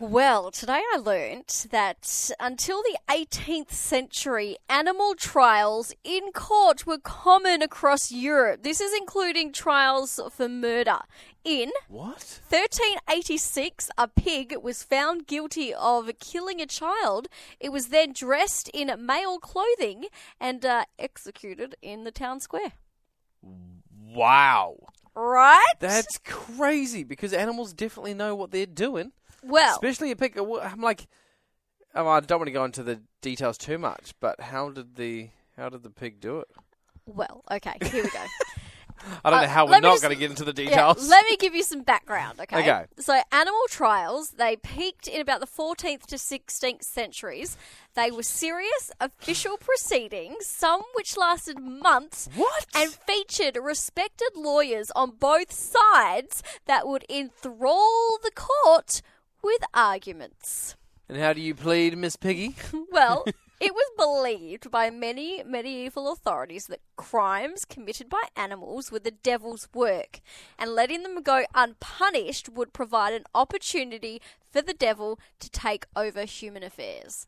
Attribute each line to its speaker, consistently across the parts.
Speaker 1: Well, today I learnt that until the 18th century, animal trials in court were common across Europe. This is including trials for murder. In
Speaker 2: what?
Speaker 1: 1386, a pig was found guilty of killing a child. It was then dressed in male clothing and uh, executed in the town square.
Speaker 2: Wow.
Speaker 1: Right?
Speaker 2: That's crazy because animals definitely know what they're doing,
Speaker 1: well,
Speaker 2: especially a pig. I'm like, oh, I don't want to go into the details too much, but how did the how did the pig do it?
Speaker 1: well, okay, here we go.
Speaker 2: I don't
Speaker 1: Uh,
Speaker 2: know how we're
Speaker 1: let me
Speaker 2: not
Speaker 1: just-
Speaker 2: going to get into the
Speaker 1: Yeah,
Speaker 2: details.
Speaker 1: let me give you some background, okay?
Speaker 2: Okay.
Speaker 1: So, animal trials, they peaked in about the 14th to 16th centuries. They were serious official proceedings, some which lasted months.
Speaker 2: What?
Speaker 1: And featured respected lawyers on both sides that would enthrall the court with arguments.
Speaker 2: and how do you plead, Miss Piggy?
Speaker 1: Well, it was believed by many medieval authorities that crimes committed by animals were the devil's work, and letting them go unpunished would provide an opportunity for the devil to take over human affairs.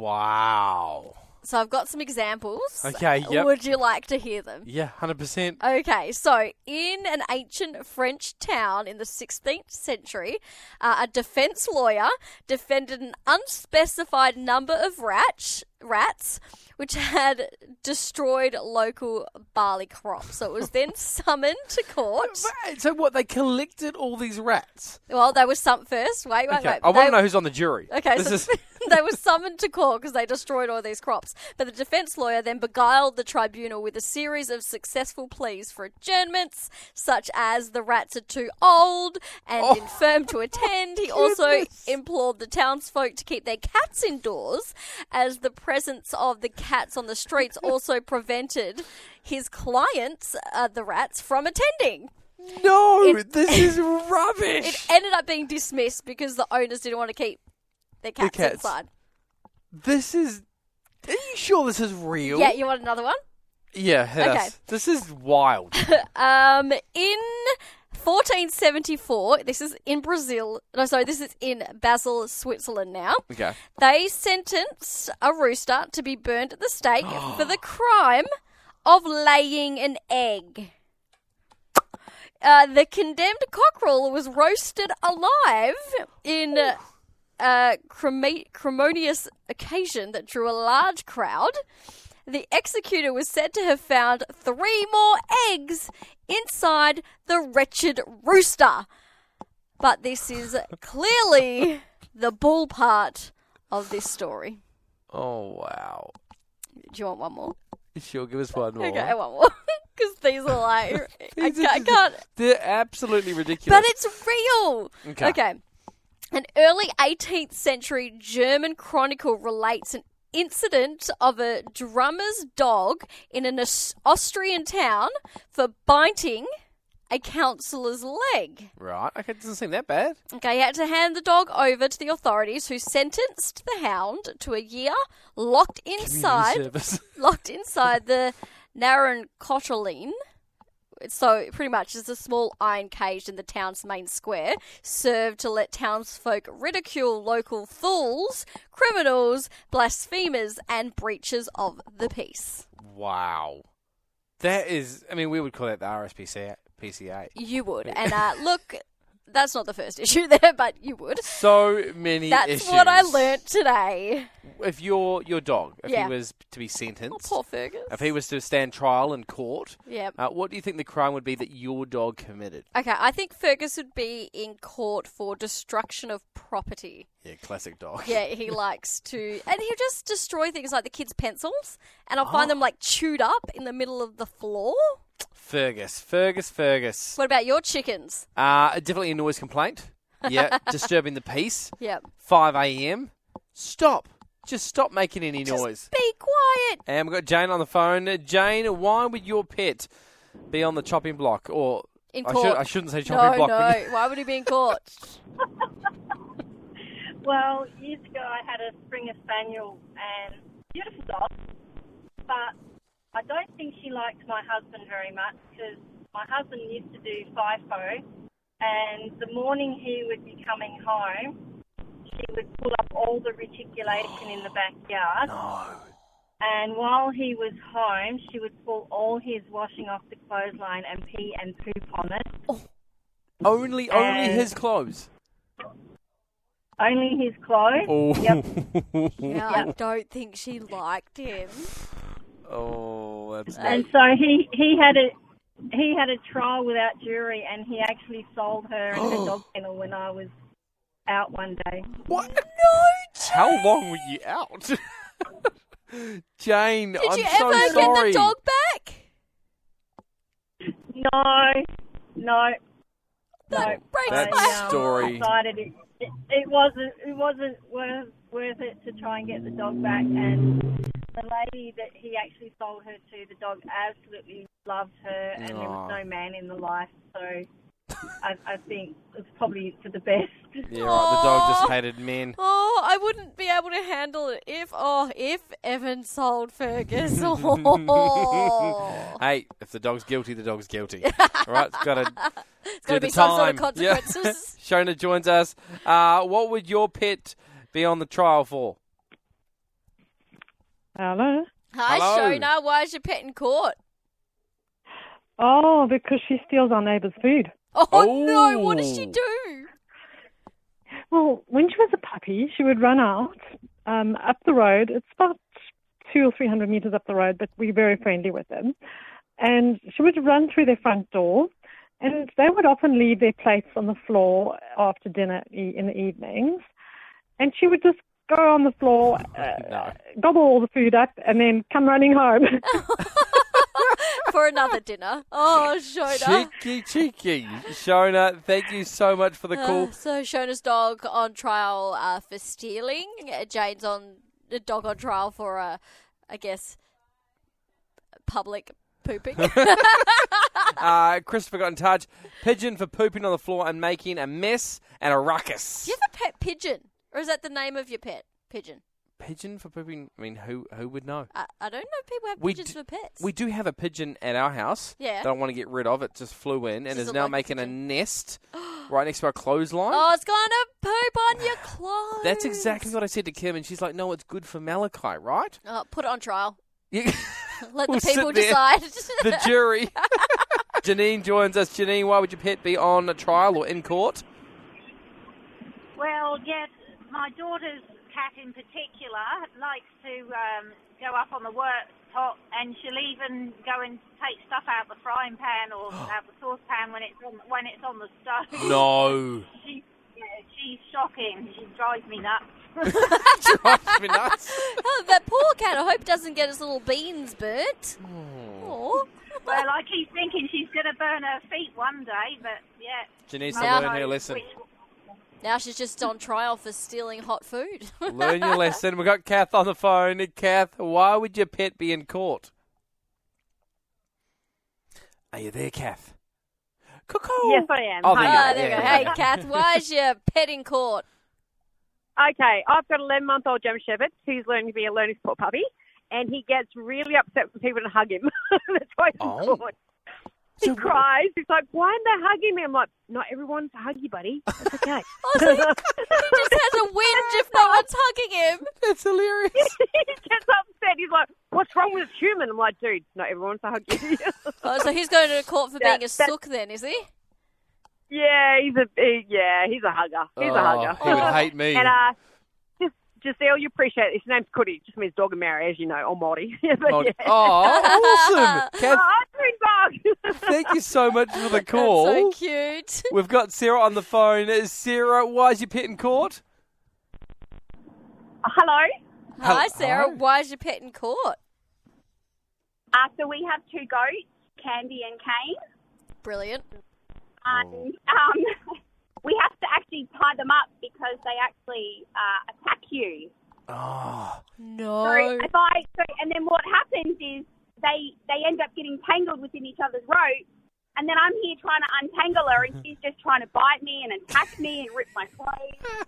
Speaker 2: Wow.
Speaker 1: So I've got some examples.
Speaker 2: Okay, yep.
Speaker 1: Would you like to hear them?
Speaker 2: Yeah, hundred percent.
Speaker 1: Okay, so in an ancient French town in the 16th century, uh, a defense lawyer defended an unspecified number of rats, rats which had destroyed local barley crops. So it was then summoned to court.
Speaker 2: So what? They collected all these rats.
Speaker 1: Well, they were summoned first. Wait, wait,
Speaker 2: Okay,
Speaker 1: wait.
Speaker 2: I want
Speaker 1: They-
Speaker 2: to know who's on the jury.
Speaker 1: Okay,
Speaker 2: this
Speaker 1: so
Speaker 2: is
Speaker 1: they were summoned to court because they destroyed all these crops. But the defense lawyer then beguiled the tribunal with a series of successful pleas for adjournments, such as the rats are too old and
Speaker 2: Oh.
Speaker 1: infirm to attend. He also implored the townsfolk to keep their cats indoors, as the presence of the cats on the streets also prevented his clients, uh, the rats, from attending.
Speaker 2: no.
Speaker 1: It-
Speaker 2: this is
Speaker 1: It
Speaker 2: rubbish.
Speaker 1: ended up being dismissed because the owners didn't want to keep their cats,
Speaker 2: cats.
Speaker 1: inside.
Speaker 2: this is. Are you sure this is real?
Speaker 1: Yeah, you want another one?
Speaker 2: Yeah, yes.
Speaker 1: Okay.
Speaker 2: This is wild.
Speaker 1: Um, in 1474, this is in Brazil. No, sorry, this is in Basel, Switzerland. Now
Speaker 2: okay.
Speaker 1: they sentenced a rooster to be burned at the stake for the crime of laying an egg. Uh, the condemned cockerel was roasted alive in uh, a crema- cremonious occasion that drew a large crowd. The executor was said to have found three more eggs inside the wretched rooster. But this is clearly the bull part of this story.
Speaker 2: Oh wow.
Speaker 1: Do you want one more?
Speaker 2: Sure, give us one more.
Speaker 1: Okay, one more. Because these are like, I,
Speaker 2: These are
Speaker 1: ca- I
Speaker 2: just-
Speaker 1: can't.
Speaker 2: They're absolutely ridiculous.
Speaker 1: But it's real.
Speaker 2: Okay.
Speaker 1: An early 18th century German chronicle relates an incident of a drummer's dog in an Aus- Austrian town for biting a councillor's leg.
Speaker 2: right. Okay, it doesn't seem that bad.
Speaker 1: Okay, he had to hand the dog over to the authorities who sentenced the hound to a year locked
Speaker 2: Community
Speaker 1: inside
Speaker 2: service.
Speaker 1: locked inside the Narancotoline. So pretty much it's a small iron cage in the town's main square, served to let townsfolk ridicule local fools, criminals, blasphemers, and breaches of the peace.
Speaker 2: Wow. That is. I mean, we would call that the RSPCA. PCA.
Speaker 1: You would. And uh, look, that's not the first issue there, but you would.
Speaker 2: So many.
Speaker 1: That's
Speaker 2: issues.
Speaker 1: what I learnt today.
Speaker 2: If your your dog, if
Speaker 1: Yeah.
Speaker 2: he was to be sentenced,
Speaker 1: Oh, Poor Fergus.
Speaker 2: if he was to stand trial in court,
Speaker 1: Yep.
Speaker 2: uh, what do you think the crime would be that your dog committed?
Speaker 1: Okay, I think Fergus would be in court for destruction of property.
Speaker 2: Yeah, classic dog.
Speaker 1: Yeah, he likes to, and he'll just destroy things like the kids' pencils, and I'll
Speaker 2: Oh.
Speaker 1: find them like chewed up in the middle of the floor.
Speaker 2: Fergus, Fergus, Fergus.
Speaker 1: What about your chickens?
Speaker 2: Uh, definitely a noise complaint. Yeah, disturbing the peace.
Speaker 1: Yep.
Speaker 2: 5 a.m. Stop. Just stop making any noise.
Speaker 1: Be quiet.
Speaker 2: And we've got Jane on the phone. Uh, Jane, why would your pet be on the chopping block? Or
Speaker 1: In
Speaker 2: I,
Speaker 1: court.
Speaker 2: I shouldn't say
Speaker 1: No,
Speaker 2: chopping
Speaker 1: no.
Speaker 2: block.
Speaker 1: Why would he be in court?
Speaker 3: Well, years ago I had a Springer Spaniel and beautiful dog, but I don't think she liked my husband very much because my husband used to do FIFO, and the morning he would be coming home, she would pull up all the reticulation in the backyard. And while he was home, she would pull all his washing off the clothesline and pee and poop on it.
Speaker 2: Only, only
Speaker 3: And-
Speaker 2: his clothes.
Speaker 3: Only his clothes.
Speaker 2: Oh.
Speaker 3: Yep.
Speaker 1: Yeah, I don't think she liked him.
Speaker 2: oh, that's
Speaker 3: And
Speaker 2: not.
Speaker 3: so he he had a he had a trial without jury, and he actually sold her and
Speaker 2: Oh.
Speaker 3: her dog kennel when I was out one day.
Speaker 2: What? No. How long were you out? Jane,
Speaker 1: Did
Speaker 2: I'm
Speaker 1: you
Speaker 2: so
Speaker 1: ever get
Speaker 2: sorry.
Speaker 1: the dog back?
Speaker 3: No, no, um,
Speaker 1: That breaks
Speaker 2: That
Speaker 1: my heart.
Speaker 2: story.
Speaker 3: decided it, it, it wasn't it wasn't worth worth it to try and get the dog back. And the lady that he actually sold her to, the dog absolutely loved her, and there was
Speaker 2: Aw.
Speaker 3: no man in the life, so I, I think it's probably for the best.
Speaker 2: Yeah, right. The dog
Speaker 1: Aw.
Speaker 2: just hated men.
Speaker 1: Oh, I wouldn't be able to handle it if oh if Evan sold Fergus. Oh.
Speaker 2: Hey, if the dog's guilty, the dog's guilty. All right, it's got to
Speaker 1: it's
Speaker 2: do
Speaker 1: gonna
Speaker 2: the
Speaker 1: be some sort
Speaker 2: time.
Speaker 1: of
Speaker 2: Yeah.
Speaker 1: consequences.
Speaker 2: Shona joins us. Uh, what would your pet be on the trial for?
Speaker 4: Hello.
Speaker 1: Hi
Speaker 2: Hello.
Speaker 1: Shona, why is your pet in court?
Speaker 4: Oh, because she steals our neighbour's food.
Speaker 1: Oh, no, what does she
Speaker 2: Oh.
Speaker 1: do?
Speaker 4: Well, when she was a puppy, she would run out um, up the road. It's about two or three hundred meters up the road, but we're very friendly with them. And she would run through their front door, and they would often leave their plates on the floor after dinner e- in the evenings. And she would just go on the floor, uh,
Speaker 2: No.
Speaker 4: gobble all the food up, and then come running home.
Speaker 1: For another dinner. Oh Shona.
Speaker 2: Cheeky, cheeky. Shona, thank you so much for the call.
Speaker 1: Uh, so Shona's dog on trial uh, for stealing. Uh, Jane's on the dog on trial for uh, I guess public pooping.
Speaker 2: Uh, Christopher got in touch. Pigeon for pooping on the floor and making a mess and a ruckus.
Speaker 1: Do you have a pet pigeon, or is that the name of your pet pigeon?
Speaker 2: Pigeon for pooping. I mean, who who would know?
Speaker 1: I, I don't know. if People have
Speaker 2: We
Speaker 1: pigeons
Speaker 2: d-
Speaker 1: for pets.
Speaker 2: We do have a pigeon at our house.
Speaker 1: Yeah.
Speaker 2: That I want to get rid of. It just flew in and
Speaker 1: This is
Speaker 2: is
Speaker 1: a
Speaker 2: now
Speaker 1: lucky
Speaker 2: making a
Speaker 1: pigeon.
Speaker 2: nest right next to our clothesline.
Speaker 1: oh, it's gonna poop on your clothes.
Speaker 2: That's exactly what I said to Kim, and she's like, "No, it's good for Malachi, right?"
Speaker 1: Oh, put it on trial.
Speaker 2: You-
Speaker 1: Let
Speaker 2: We'll
Speaker 1: the
Speaker 2: sit
Speaker 1: people
Speaker 2: there.
Speaker 1: decide.
Speaker 2: the jury. Janine joins us. Janine, why would your pet be on a trial or in court?
Speaker 5: Well, yes, my daughter's cat in particular likes to um, go up on the worktop and she'll even go and take stuff out the frying pan or out the saucepan when it's on when it's on the stove.
Speaker 2: No.
Speaker 5: She, yeah, she's shocking. She drives me nuts.
Speaker 2: Drives me nuts.
Speaker 1: oh, that poor cat. I hope doesn't get its little beans burnt. Oh.
Speaker 5: well, I keep thinking she's going to burn her feet one day, but yeah.
Speaker 2: Janine needs to
Speaker 1: Now-
Speaker 2: learn her lesson.
Speaker 1: Now she's just on trial for stealing hot food.
Speaker 2: learn your lesson. We've got Kath on the phone. Kath, why would your pet be in court? Are you there, Kath? Cuckoo.
Speaker 3: Yes, I am.
Speaker 2: Oh, there you
Speaker 1: Ah,
Speaker 2: are.
Speaker 1: there we
Speaker 2: Yeah,
Speaker 1: go.
Speaker 2: yeah,
Speaker 1: Hey,
Speaker 2: yeah.
Speaker 1: Kath, why is your pet in court?
Speaker 6: Okay, I've got an 11 month old Gem Shepherd who's learning to be a learning support puppy, and he gets really upset when people don't hug him. That's why he's
Speaker 2: Oh.
Speaker 6: bored. He
Speaker 2: So-
Speaker 6: cries. He's like, "Why aren't they hugging me?" I'm like, "Not everyone's a huggy, buddy. That's okay."
Speaker 1: Oh, so he, he just has a whinge if no one's hugging him.
Speaker 2: That's hilarious.
Speaker 6: he gets upset. He's like, "What's wrong with this human?" I'm like, "Dude, not everyone's a huggy."
Speaker 1: Oh, so he's going to court for
Speaker 6: That-
Speaker 1: being a
Speaker 6: that-
Speaker 1: sook, then, is he?
Speaker 6: yeah, he's a he- yeah, he's a hugger. He's a hugger.
Speaker 2: Oh, He would hate me.
Speaker 6: and uh, just Giselle, you appreciate it. His name's Cuddy. It just means dog and Mary, as you know, or Maori. but,
Speaker 2: Oh,
Speaker 6: yeah.
Speaker 2: oh, awesome. Kath,
Speaker 6: Oh, I'm doing dog.
Speaker 2: thank you so much for the call.
Speaker 1: That's so cute.
Speaker 2: We've got Sarah on the phone. Sarah, why is your pet in court?
Speaker 6: Hello.
Speaker 1: Hi,
Speaker 2: Hello.
Speaker 1: Sarah.
Speaker 2: Hi.
Speaker 1: Why is your pet in court?
Speaker 5: Uh, so we have two goats, Candy and Kane.
Speaker 1: Brilliant.
Speaker 5: and um, we have to actually tie them up because they actually uh, attack you.
Speaker 2: Oh,
Speaker 1: No.
Speaker 5: So if I, so, and then what happens is they they end up getting tangled within each other's rope, and then I'm here trying to untangle her, and she's just trying to bite me and attack me and rip my clothes.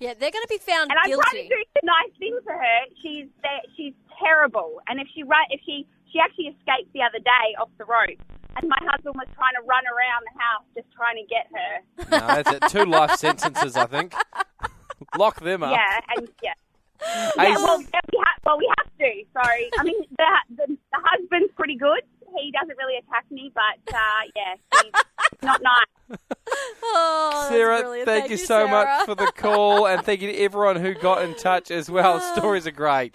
Speaker 1: Yeah, they're going to be found
Speaker 5: And I'm trying
Speaker 1: guilty.
Speaker 5: to do the nice thing for her. She's that she's terrible. And if she run, if she she actually escaped the other day off the road, and my husband was trying to run around the house just trying to get her.
Speaker 2: No, that's it. Two life sentences, I think. Lock them up.
Speaker 5: Yeah, and yeah.
Speaker 2: Ace-
Speaker 5: well, yeah, we ha- well, we have to. Sorry, I mean the, the the husband's pretty good. He doesn't really attack me, but uh, yeah, he's not nice.
Speaker 1: Oh, that's
Speaker 2: Sarah,
Speaker 1: brilliant.
Speaker 2: thank, you so
Speaker 1: Sarah.
Speaker 2: much for the call, and thank you to everyone who got in touch as well. Stories are great.